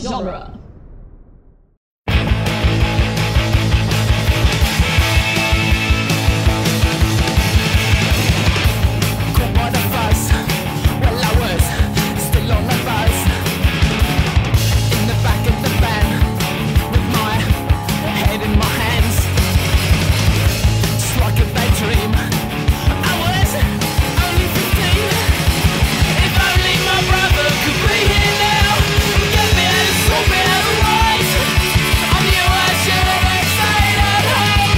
genre. Quit all the fuss. Well, I was still on the bus. In the back of the van, with my head in my hands. Just like a bad dream. I was only 15. If only my brother could be here now. Get me out of school, me out of life. I knew I should have stayed at home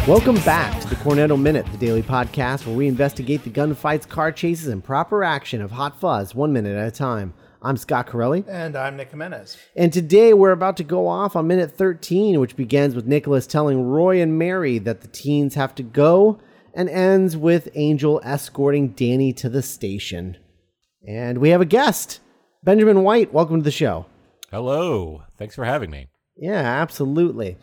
tonight. Welcome back to the Cornetto Minute, the daily podcast where we investigate the gunfights, car chases, and proper action of Hot Fuzz one minute at a time. I'm Scott Corelli, And I'm Nick Jimenez. and today we're about to go off on minute 13, which begins with Nicholas telling Roy and Mary that the teens have to go and ends with Angel escorting Danny to the station. And we have a guest, Benjamin White. Welcome to the show. Hello. Thanks for having me. Yeah, absolutely.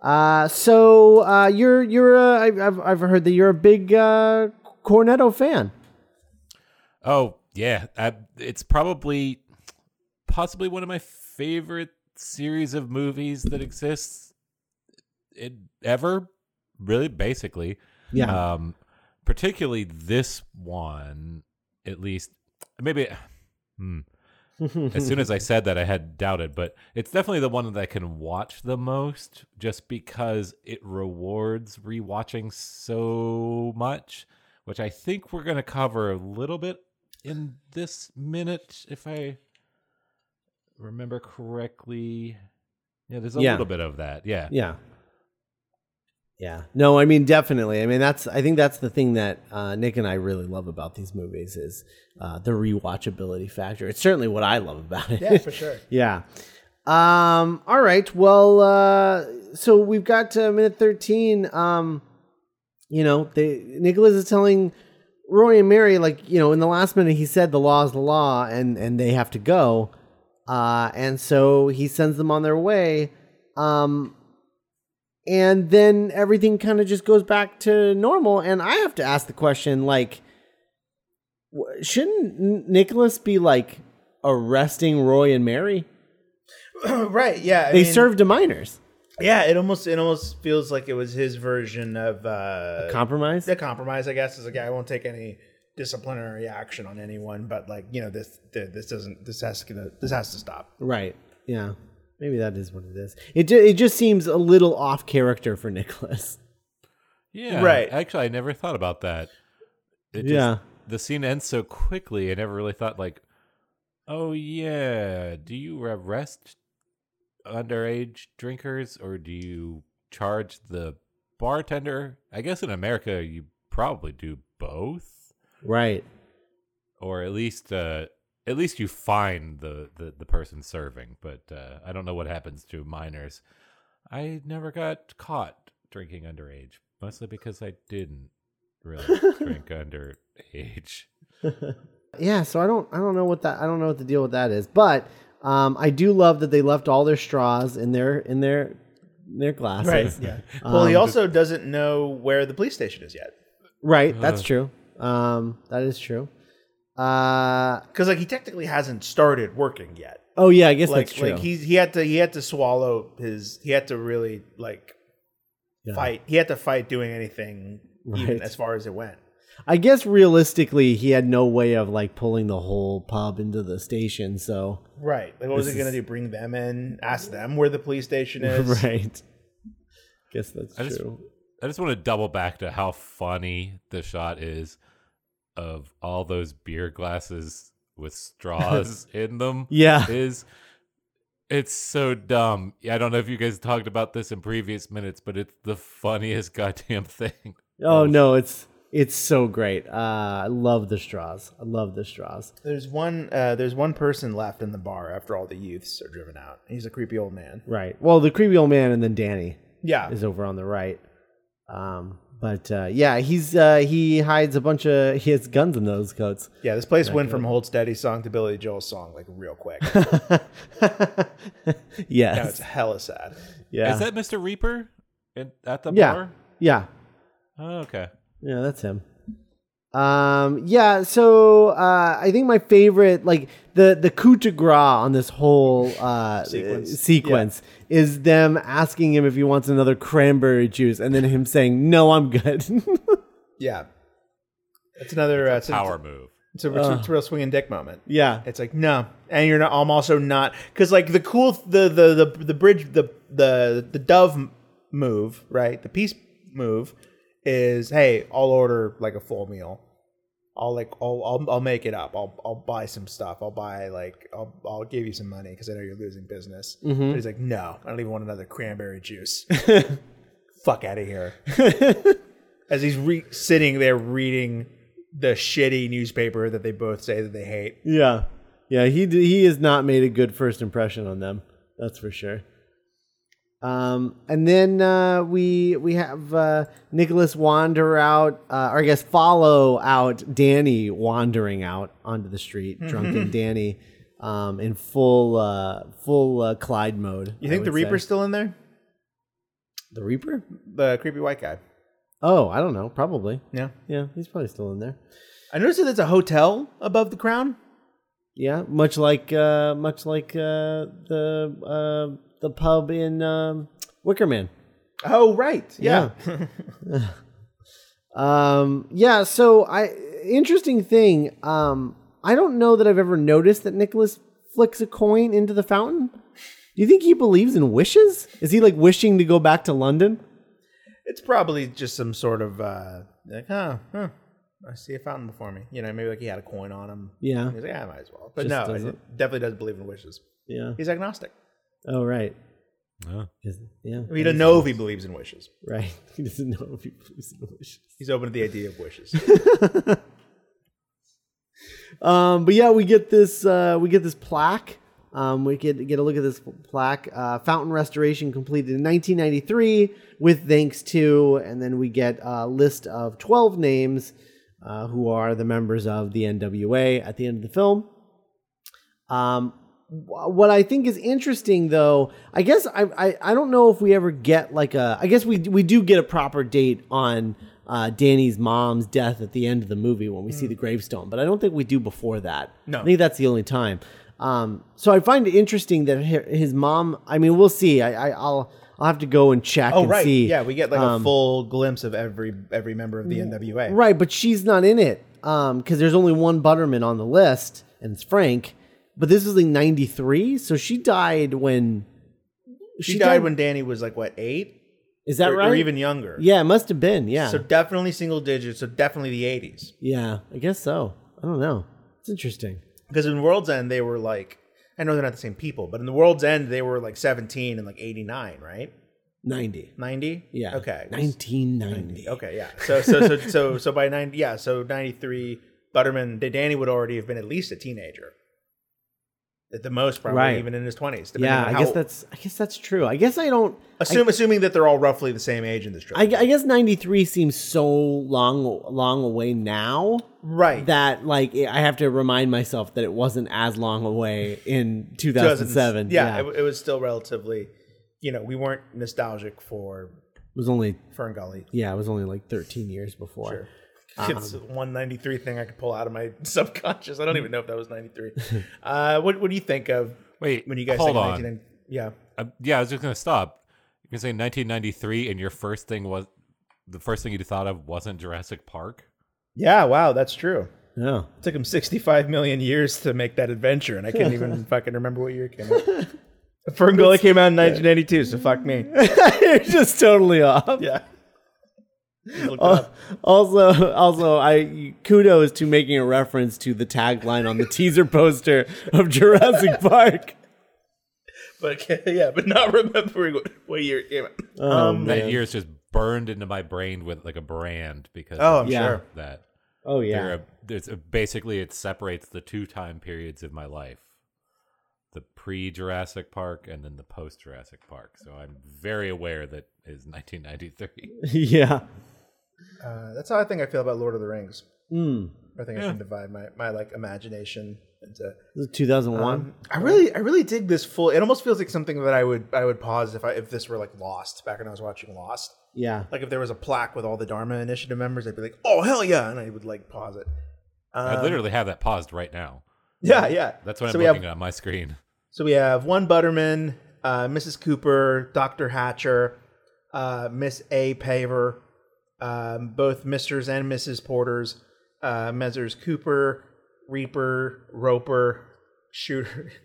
Uh, so uh, you're you're uh, I've I've- I've heard that you're a big uh, Cornetto fan. Oh, yeah. I, it's probably possibly one of my favorite series of movies that exists it, ever, really, basically. Yeah, Um, particularly this one, at least. Maybe. Hmm. as soon as I said that, I had doubted, but it's definitely the one that I can watch the most just because it rewards rewatching so much, which I think we're going to cover a little bit in this minute, if I remember correctly. Yeah, there's a Yeah. little bit of that. Yeah. yeah, yeah. No, I mean definitely. I mean that's I think that's the thing that uh, Nick and I really love about these movies is uh, the rewatchability factor. It's certainly what I love about it. Yeah, for sure. Yeah. Um, all right. Well, uh, so we've got to minute 13. Um, you know, they, Nicholas is telling Roy and Mary, like, you know, in the last minute, he said the law is the law and, and they have to go. Uh, and so he sends them on their way. Um, and then everything kind of just goes back to normal. And I have to ask the question, like, w- shouldn't N- Nicholas be like arresting Roy and Mary? right. Yeah. I They mean, served to minors. Yeah. It almost it almost feels like it was his version of uh, Compromise. the compromise. I guess is like I won't take any disciplinary action on anyone, but like you know this th- this doesn't this has to this has to stop. Right. Yeah. Maybe that is what it is. It ju- it just seems a little off character for Nicholas. Yeah. Right. Actually, I never thought about that. It Yeah. The scene ends so quickly. I never really thought like, oh yeah, do you arrest underage drinkers or do you charge the bartender? I guess in America you probably do both, Right. or at least uh, at least you find the the, the person serving. But uh, I don't know what happens to minors. I never got caught drinking underage, mostly because I didn't really drink underage. Yeah. So I don't I don't know what that I don't know what the deal with that is, but um, I do love that they left all their straws in their in their in their glasses. Yeah. well, Um, he also doesn't know where the police station is yet Right. That's true. Um, that is true. Uh, because like he technically hasn't started working yet. oh yeah, I guess Like that's true. like he's he had to he had to swallow his he had to really like Yeah. fight he had to fight doing anything Right. even as far as it went. I guess realistically, he had no way of like pulling the whole pub into the station. So Right. Like, what was he going to do? Bring them in? Ask them where the police station is? right. Guess that's I just- true. I just want to double back to how funny the shot is of all those beer glasses with straws in them. Yeah. Is it's so dumb. Yeah, I don't know if you guys talked about this in previous minutes, but it's the funniest goddamn thing. Oh no, it's it's so great. Uh, I love the straws. I love the straws. There's one. Uh, there's one person left in the bar after all the youths are driven out. He's a creepy old man. Right. Well, the creepy old man and then Danny Yeah. is over on the right. Um, but uh, yeah, he's uh, he hides a bunch of he has guns in those coats. Yeah. This place went from Hold Steady song to Billy Joel's song like real quick. now it's yes. hella sad. Yeah. Is that Mr. Reaper in, at the yeah. bar? Yeah. Oh, okay. Yeah. That's him. Um, yeah, so uh, I think my favorite, like the the coup de grace on this whole uh, Sequence. sequence, sequence is them asking him if he wants another cranberry juice, and then him saying, "No, I'm good." Yeah, that's another uh, it's a- Power move. It's a, it's, a, it's a real swinging dick moment. yeah, It's like no, and you're not. I'm also not because like the cool the the the the bridge the the the dove m- move right the peace move is hey I'll order like a full meal. I'll like I'll I'll, I'll make it up. I'll I'll buy some stuff. I'll buy like I'll I'll give you some money because I know you're losing business. But he's like no, I don't even want another cranberry juice. Fuck out of here. As he's re- sitting there reading the shitty newspaper that they both say that they hate. yeah, yeah. He d- he has not made a good first impression on them. That's for sure. Um, and then uh, we we have uh, Nicholas wander out, uh, or I guess follow out Danny wandering out onto the street, drunken Danny, um, in full uh, full uh, Clyde mode. You I think the would say. Reaper's still in there? the Reaper? The creepy white guy. Oh, I don't know. Probably. Yeah. Yeah, he's probably still in there. I noticed that there's a hotel above the crown. Yeah, much like uh, much like uh, the uh, the pub in um, Wickerman. Oh, right. Yeah. um yeah so i interesting thing um i don't know that i've ever noticed that nicholas flicks a coin into the fountain do you think he believes in wishes is he like wishing to go back to london It's probably just some sort of, uh, like, oh, huh, I see a fountain before me. You know, maybe like he had a coin on him. Yeah. He's like, yeah, I might as well. But Just no, doesn't- he definitely doesn't believe in wishes. yeah He's agnostic. oh right Yeah. Is- yeah He doesn't know if he believes in wishes. right he doesn't know if he believes in wishes He's open to the idea of wishes. Um, but yeah, we get this uh, we get this plaque. Um, we get get a look at this plaque. Uh, fountain restoration completed in 1993 with thanks to, and then we get a list of 12 names uh, who are the members of the NWA at the end of the film. Um, wh- what I think is interesting, though, I guess I, I I don't know if we ever get like a. I guess we we do get a proper date on uh, Danny's mom's death at the end of the movie when we see the gravestone, but I don't think we do before that. No. I think that's the only time. Um, so I find it interesting that hi- his mom. I mean, we'll see. I, I I'll I'll have to go and check oh, and right. see. um, Yeah, we get like a full glimpse of every every member of the NWA. Right, but she's not in it because there's only one Butterman on the list, and it's Frank. But this is like '93, so she died when She, died, when Danny was like, what, eight? Is that or, right? Or even younger. yeah, it must have been. Yeah, So definitely single digits. So definitely the 80s. yeah, I guess so. I don't know. It's interesting. Because in World's End, they were like, I know they're not the same people, but in the World's End, they were like 17 and like 89, right? Ninety. 90? Yeah. Okay. Nineteen ninety. Okay. Yeah. So, so, so, so, so by 90, yeah. So 93, Butterman, Danny would already have been at least a teenager. At the most, probably Right. even in his 20s. depending Yeah, on I how- guess that's. I guess that's true. I guess I don't. Assume, assuming that they're all roughly the same age in this I, trilogy. I guess ninety three seems so long, long away now right. that like I have to remind myself that it wasn't as long away in two thousand 2007. seven. Yeah. It, it was still relatively, you know, we weren't nostalgic for It was only Fern Gully. yeah, it was only like 13 years before. Sure. It's one ninety three thing I could pull out of my subconscious. I don't even know if that was ninety three. Uh, what What do you think of Wait, when you guys hold think on. of 1990 Yeah, Uh, yeah, I was just gonna stop. You can say 1993, and your first thing was the first thing you thought of wasn't Jurassic Park. yeah. Wow, that's true. Yeah. It took him sixty five million years to make that adventure, and I can't even fucking remember what year it came out. Ferngully came out in nineteen ninety two, so fuck me. You're just totally off. Yeah. Oh. Just looked it Al- up. Also, also, I kudos to making a reference to the tagline on the teaser poster of Jurassic Park. But yeah, but not remembering what, what year it came out. Um, That year is just burned into my brain with like a brand because Oh, I'm Yeah. sure. of that. oh yeah, There are- there's a, basically it separates the two time periods of my life, the pre Jurassic Park and then the post Jurassic Park. So I'm very aware that is 1993. yeah. Uh, that's how I think I feel about Lord of the Rings. Mm. I think I can divide my, my like imagination into This is 2001. Um, I really, I really dig this full. It almost feels like something that I would, I would pause if I, if this were like Lost back when I was watching Lost. Yeah. Like if there was a plaque with all the Dharma Initiative members, I'd be like, "Oh hell yeah!" and I would like pause it. I literally have that paused right now. Yeah, yeah. That's what I'm Um, so we have, looking at on my screen. So we have one Butterman, uh, Mrs. Cooper, Doctor Hatcher, uh, Miss A. Paver, um, both Misters and Mrs. Porters, uh, Messrs. Cooper, Reaper, Roper, Shooter.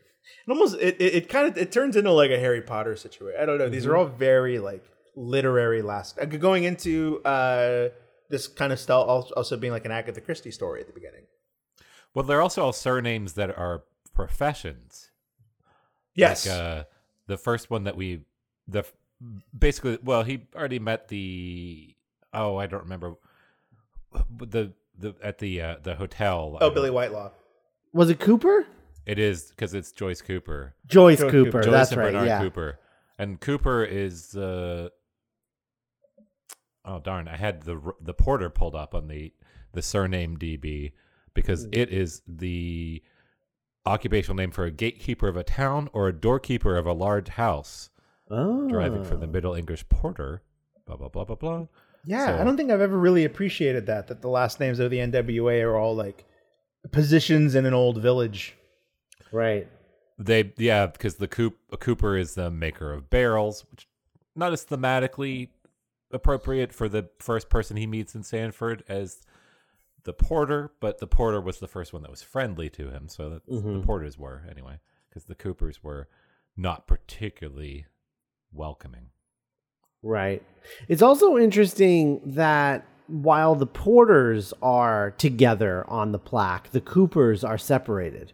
It almost it it, it kind of it turns into like a Harry Potter situation. I don't know. These are all very like literary last. uh, Going into uh, this kind of style al- also being like an Agatha Christie story at the beginning. Well, they're also all surnames that are professions. Yes. Like, uh, the first one that we the f- basically well he already met the oh I don't remember But the the at the uh, the hotel. oh, Billy Whitelaw. Was it Cooper? It is because it's Joyce Cooper. Joyce Joyce Cooper. Cooper. Joyce That's and right. Bernard Yeah. Cooper. And Cooper is uh oh darn, I had the r- the porter pulled up on the the surname DB because it is the occupational name for a gatekeeper of a town or a doorkeeper of a large house, Oh. deriving from the Middle English porter. Blah blah blah blah blah. Yeah, So- I don't think I've ever really appreciated that that the last names of the NWA are all like positions in an old village. Right. They yeah, because the coop a Cooper is the maker of barrels, which not as thematically appropriate for the first person he meets in Sanford as the porter, but the porter was the first one that was friendly to him, so that the porters were anyway, because the Coopers were not particularly welcoming. Right. It's also interesting that while the Porters are together on the plaque, the Coopers are separated.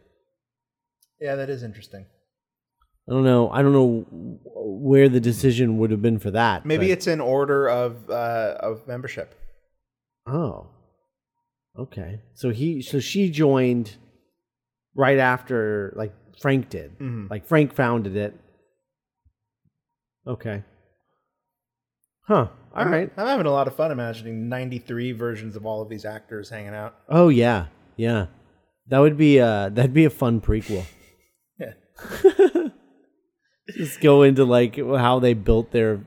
Yeah, that is interesting. I don't know. I don't know where the decision would have been for that. Maybe but- it's in order of uh, of membership. Oh. Okay. So he so she joined right after like Frank did. Mhm. Like Frank founded it. Okay. Huh. All right. I'm having a lot of fun imagining 93 versions of all of these actors hanging out. Oh yeah. Yeah. That would be uh that'd be a fun prequel. Yeah. Just go into like how they built their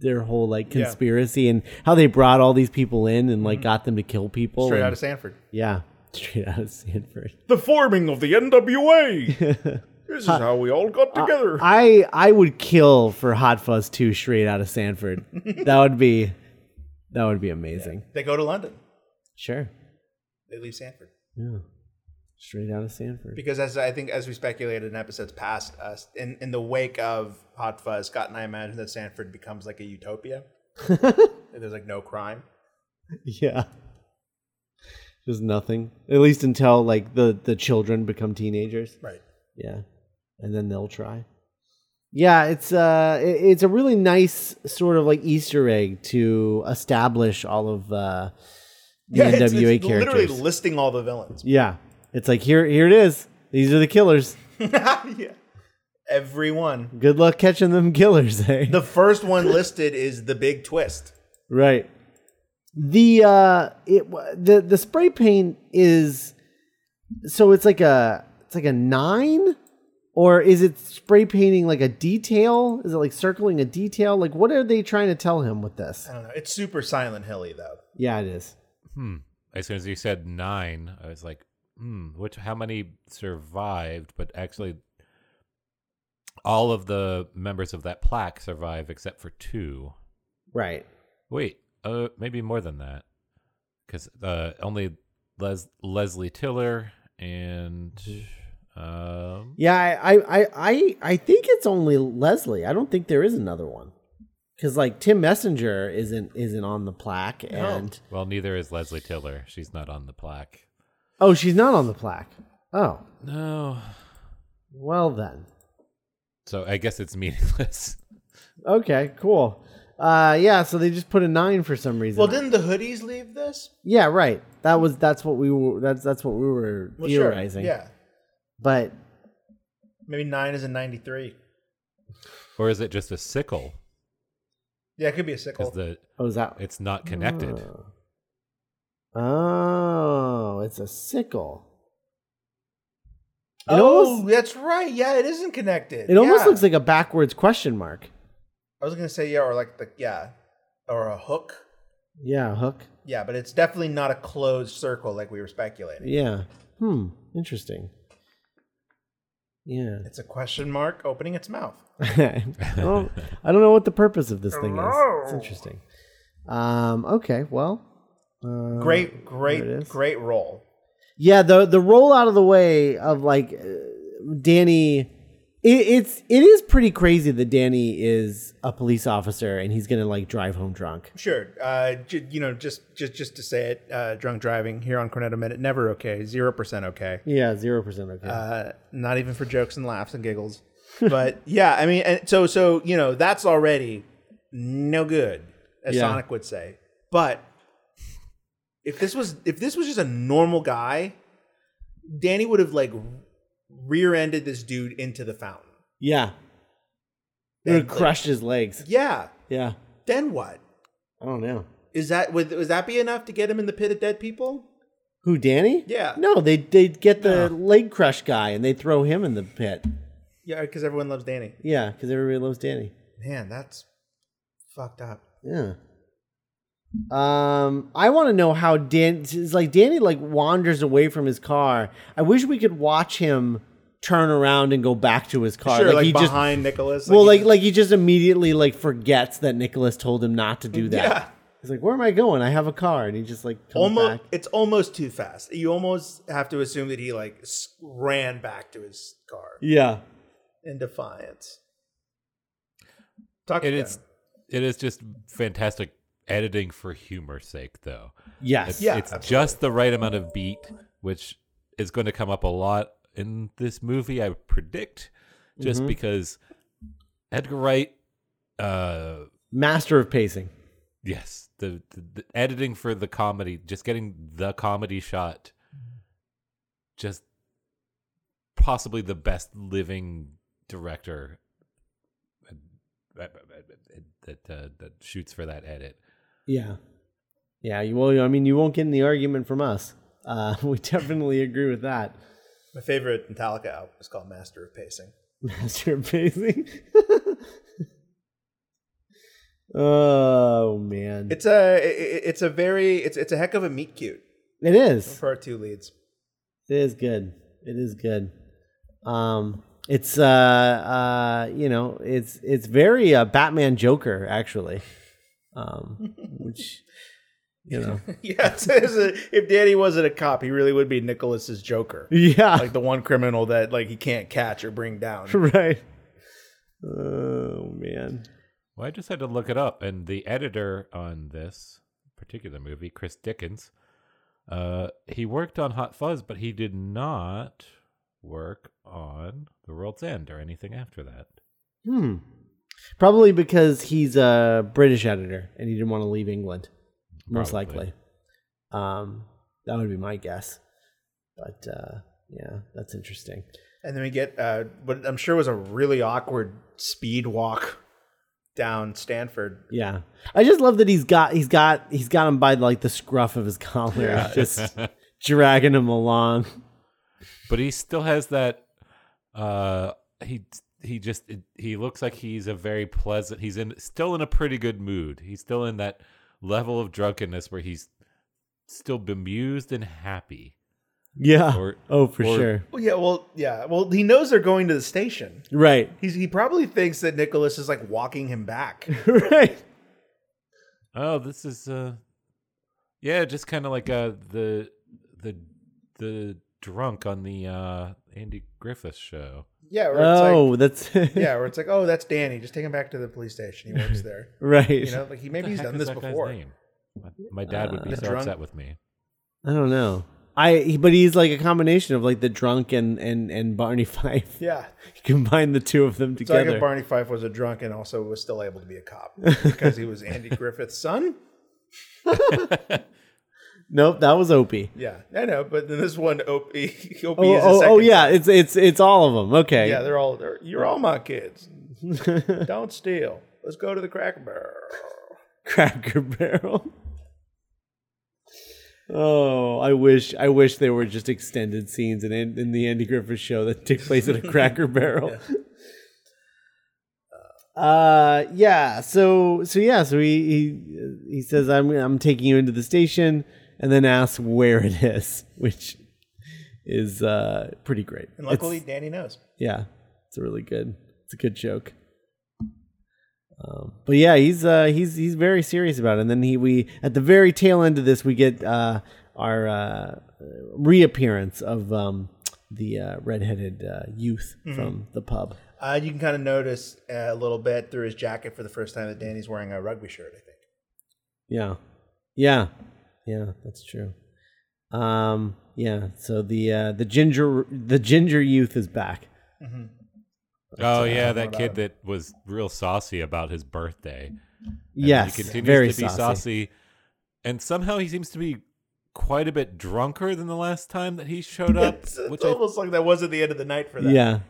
their whole like Yeah. Mm-hmm. conspiracy and how they brought all these people in and like got them to kill people. Straight and- out of Sanford. yeah. Straight out of Sanford. Oh, The forming of the NWA. this is how we all got together. I I would kill for Hot Fuzz 2 straight out of Sanford. that would be that would be amazing. they go to London. Sure. They leave Sanford. Yeah. Straight out of Sanford. because as I think as we speculated in episodes past us in in the wake of Hot Fuzz, Scott and I imagine that Sanford becomes like a utopia. And there's like no crime. Yeah. Just nothing. At least until like the the children become teenagers. Right. Yeah. And then they'll try. Yeah, it's uh it- it's a really nice sort of like Easter egg to establish all of uh the NWA it's, it's characters. literally listing all the villains. yeah. It's like here here it is. These are the killers. yeah. Everyone. Good luck catching them killers, eh? The first one listed is the big twist. right. The uh it wa- the the spray paint is so it's like a it's like a 9 or is it spray painting like a detail? Is it like circling a detail? Like what are they trying to tell him with this? I don't know. It's super Silent Hilly though. Yeah, it is. Hmm. As soon as you said nine, I was like, hmm, which how many survived? But actually all of the members of that plaque survive except for two. Right. Wait, uh, maybe more than that, because uh, only Les- Leslie Tiller and um, Yeah, I, I I I I think it's only Leslie. I don't think there is another one. Cuz like Tim Messenger isn't isn't on the plaque and well, neither is Leslie Tiller. She's not on the plaque. Oh, she's not on the plaque. Oh. No, Well then. so I guess it's meaningless. Okay, cool. Uh, yeah, so they just put a nine for some reason. Well, didn't the hoodies leave this? yeah, right. That was that's what we were that's that's what we were Well, sure. theorizing. Yeah. but Maybe nine is in ninety three. or is it just a sickle? Yeah, it could be a Because sickle. the oh, Uh, is that Uh, it's not connected. Oh, it's a sickle. It oh, almost- that's right. Yeah, it isn't connected. It almost Yeah. looks like a backwards question mark. I was gonna say yeah, or like the yeah. or a hook. Yeah, hook. Yeah, but it's definitely not a closed circle like we were speculating. Yeah. Hmm. Interesting. Yeah. It's a question mark opening its mouth. I don't, I don't know what the purpose of this thing is. It's interesting. Um. Okay. Well. uh, Great, it is. great, great role. Yeah, the the roll out of the way of like uh, Danny, it, it's it is pretty crazy that Danny is a police officer and he's gonna like drive home drunk. Sure. Uh, ju- you know, just just just to say it, uh, drunk driving here on Cornetto Minute never okay, zero percent okay. Yeah, zero percent okay. Uh, not even for jokes and laughs and giggles. But yeah, I mean, and so so you know that's already no good, as Yeah. Sonic would say. But if this was if this was just a normal guy, Danny would have like rear-ended this dude into the fountain. yeah, it would Then, like- crushed his legs. Yeah. Yeah, Then what? I don't know Is that would would that be enough to get him in the pit of dead people? who Danny. Yeah. no, they they get the leg crush guy and they throw him in the pit. Yeah, because everyone loves Danny. Yeah, because everybody loves Danny. Man, that's fucked up. Yeah. Um, I want to know how Dan. It's like Danny like wanders away from his car. I wish we could watch him turn around and go back to his car. Sure, like, he behind Nicholas. just well, he- like like he just immediately like forgets that Nicholas told him not to do that. Yeah. He's like, "Where am I going? I have a car," and he just like comes almost back. it's almost too fast. You almost have to assume that he like s- ran back to his car Yeah, in defiance. Talk It to is, them. it is just fantastic editing for humor's sake, though. yes, Yeah, it's absolutely. just the right amount of beat, which is going to come up a lot in this movie, I predict, just Mm-hmm. because Edgar Wright, uh, master of pacing. yes, the, the, the editing for the comedy, just getting the comedy shot, just possibly the best living director that that, uh, that shoots for that edit. Yeah, yeah. You will. I mean, you won't get any argument from us. Uh, we definitely agree with that. My favorite Metallica album is called Master of Pacing. Master pacing. oh man, It's a i- i- it's a very it's it's a heck of a meet cute it is. for our two leads. It is good. It is good. Um, it's uh, uh, you know, it's it's very uh, Batman Joker actually. Um, which you know, yeah, it's, it's a, if Danny wasn't a cop, he really would be Nicholas's Joker, yeah, like the one criminal that like he can't catch or bring down. right. Oh man, Well, I just had to look it up, and the editor on this particular movie, Chris Dickens, uh, he worked on Hot Fuzz, but he did not work on The World's End or anything after that. hmm. Probably because he's a British editor and he didn't want to leave England. most likely. Probably. Um, that would be my guess. But uh, yeah, that's interesting. And then we get uh, what I'm sure was a really awkward speed walk down Stanford. Yeah, I just love that he's got he's got he's got him by like the scruff of his collar, Yeah. just dragging him along. But he still has that. Uh, he he just he looks like he's a very pleasant. He's in still in a pretty good mood. He's still in that level of drunkenness where he's still bemused and happy. Yeah. Or- oh, for or- sure. Well, yeah, well, yeah, well, he knows they're going to the station. Right. He's he probably thinks that Nicholas is like walking him back. right. Oh, this is uh yeah, just kind of like uh the the the drunk on the uh Andy Griffith show. Yeah, where it's Oh, like, that's yeah, where it's like, oh, that's Danny. Just take him back to the police station. He works there. right. You know, like he maybe he's Heck done is this that guy's before. Uh, name? My, my dad would be The so drunk- upset with me. I don't know. I he- but he's like a combination of like the drunk and and and Barney Fife. Yeah, You combine the two of them it's like together. if Barney Fife was a drunk and also was still able to be a cop because he was Andy Griffith's son. nope, that was Opie. Yeah, I know, but then this one, Opie, Opie Oh, is a oh, second oh, yeah, it's it's it's all of them. Okay. Yeah, they're all they're, you're all my kids. Don't steal. Let's go to the Cracker Barrel. Cracker Barrel. Oh, I wish I wish they were just extended scenes in in the Andy Griffith show that take place at a Cracker Barrel. Uh, yeah. So, so yeah. So he he he says, "I'm I'm taking you into the station," and then asks where it is, which is uh pretty great. And luckily, Danny knows. Yeah, it's a really good. It's a good joke. Um, but yeah, he's uh, he's he's very serious about it. And then he we at the very tail end of this, we get uh, our uh, reappearance of um, the uh, redheaded uh, youth from the pub. Uh, you can kind of notice uh, a little bit through his jacket for the first time that Danny's wearing a rugby shirt. I think. Yeah, yeah, yeah. That's true. Um, yeah. So the uh, the ginger the ginger youth is back. Oh yeah, that uh, kid that was real saucy about his birthday. And yes, he continues very to be saucy. saucy. and somehow he seems to be quite a bit drunker than the last time that he showed up, It's, it's which I, almost like that was at the end of the night for that. Yeah,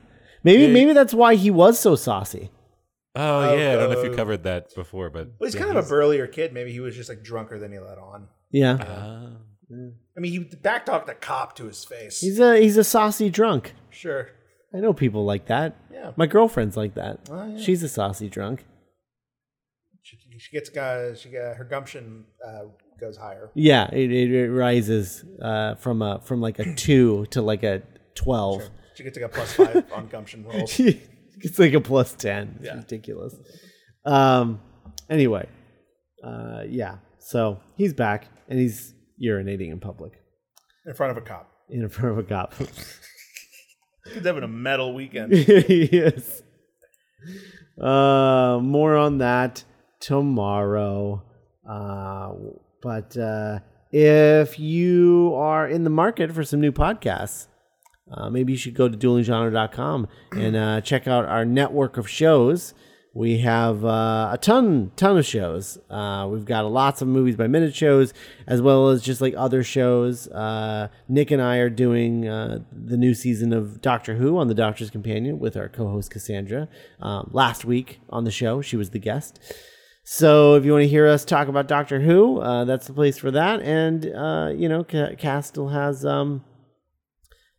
maybe Yeah. maybe that's why he was so saucy. oh yeah, I don't know if you uh, covered that before, but Well, he's yeah, kind of a burlier kid. Maybe he was just like drunker than he let on. Yeah, Ah. I mean, he backtalked a cop to his face. he's a he's a saucy drunk. sure. I know people like that. Yeah. My girlfriend's like that. Oh, yeah. She's a saucy drunk. She, she gets uh, she got, her gumption uh, goes higher. Yeah, it, it, it rises uh, from a from like a two to like a twelve. She gets like a plus five on gumption rolls. it's like a plus ten. It's Yeah. ridiculous. Um. Anyway, uh, yeah. So he's back and he's urinating in public in front of a cop. in front of a cop. He's having a metal weekend. yes. Uh, more on that tomorrow. Uh, but uh, if you are in the market for some new podcasts, uh, maybe you should go to duelinggenre.com and uh, check out our network of shows. We have uh, a ton, ton of shows. Uh, we've got lots of movies by minute shows, as well as just like other shows. Uh, Nick and I are doing uh, the new season of Doctor Who on The Doctor's Companion with our co-host Cassandra. Um, last week on the show, she was the guest. So if you want to hear us talk about Doctor Who, uh, that's the place for that. And uh, you know, Ca- Cass still has um,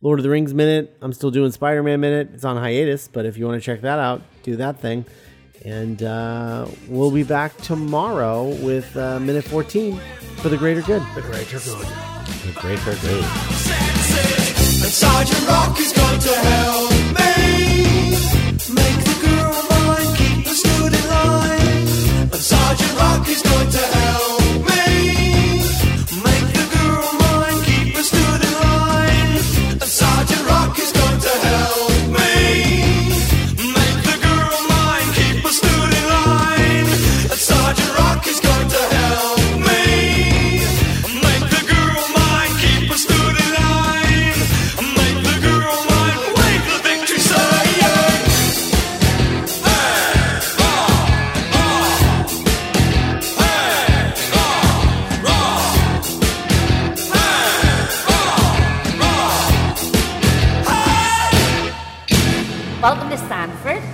Lord of the Rings minute. I'm still doing Spider Man minute. It's on hiatus, but if you want to check that out, do that thing. And uh, we'll be back tomorrow with uh, minute 14 for the greater good. the greater good. The greater good. And Sergeant Rock is going to help me make the girl mine, keep us good in line. And Sergeant Rock is going to help me make the girl mine, keep us good in line. And Sergeant Rock is going to help me make the girl mine, keep us good in line. And Sergeant Rock is going to help me make the girl mine, keep us good in line. Make the girl mine, wave the victory sign. Welcome to Sanford.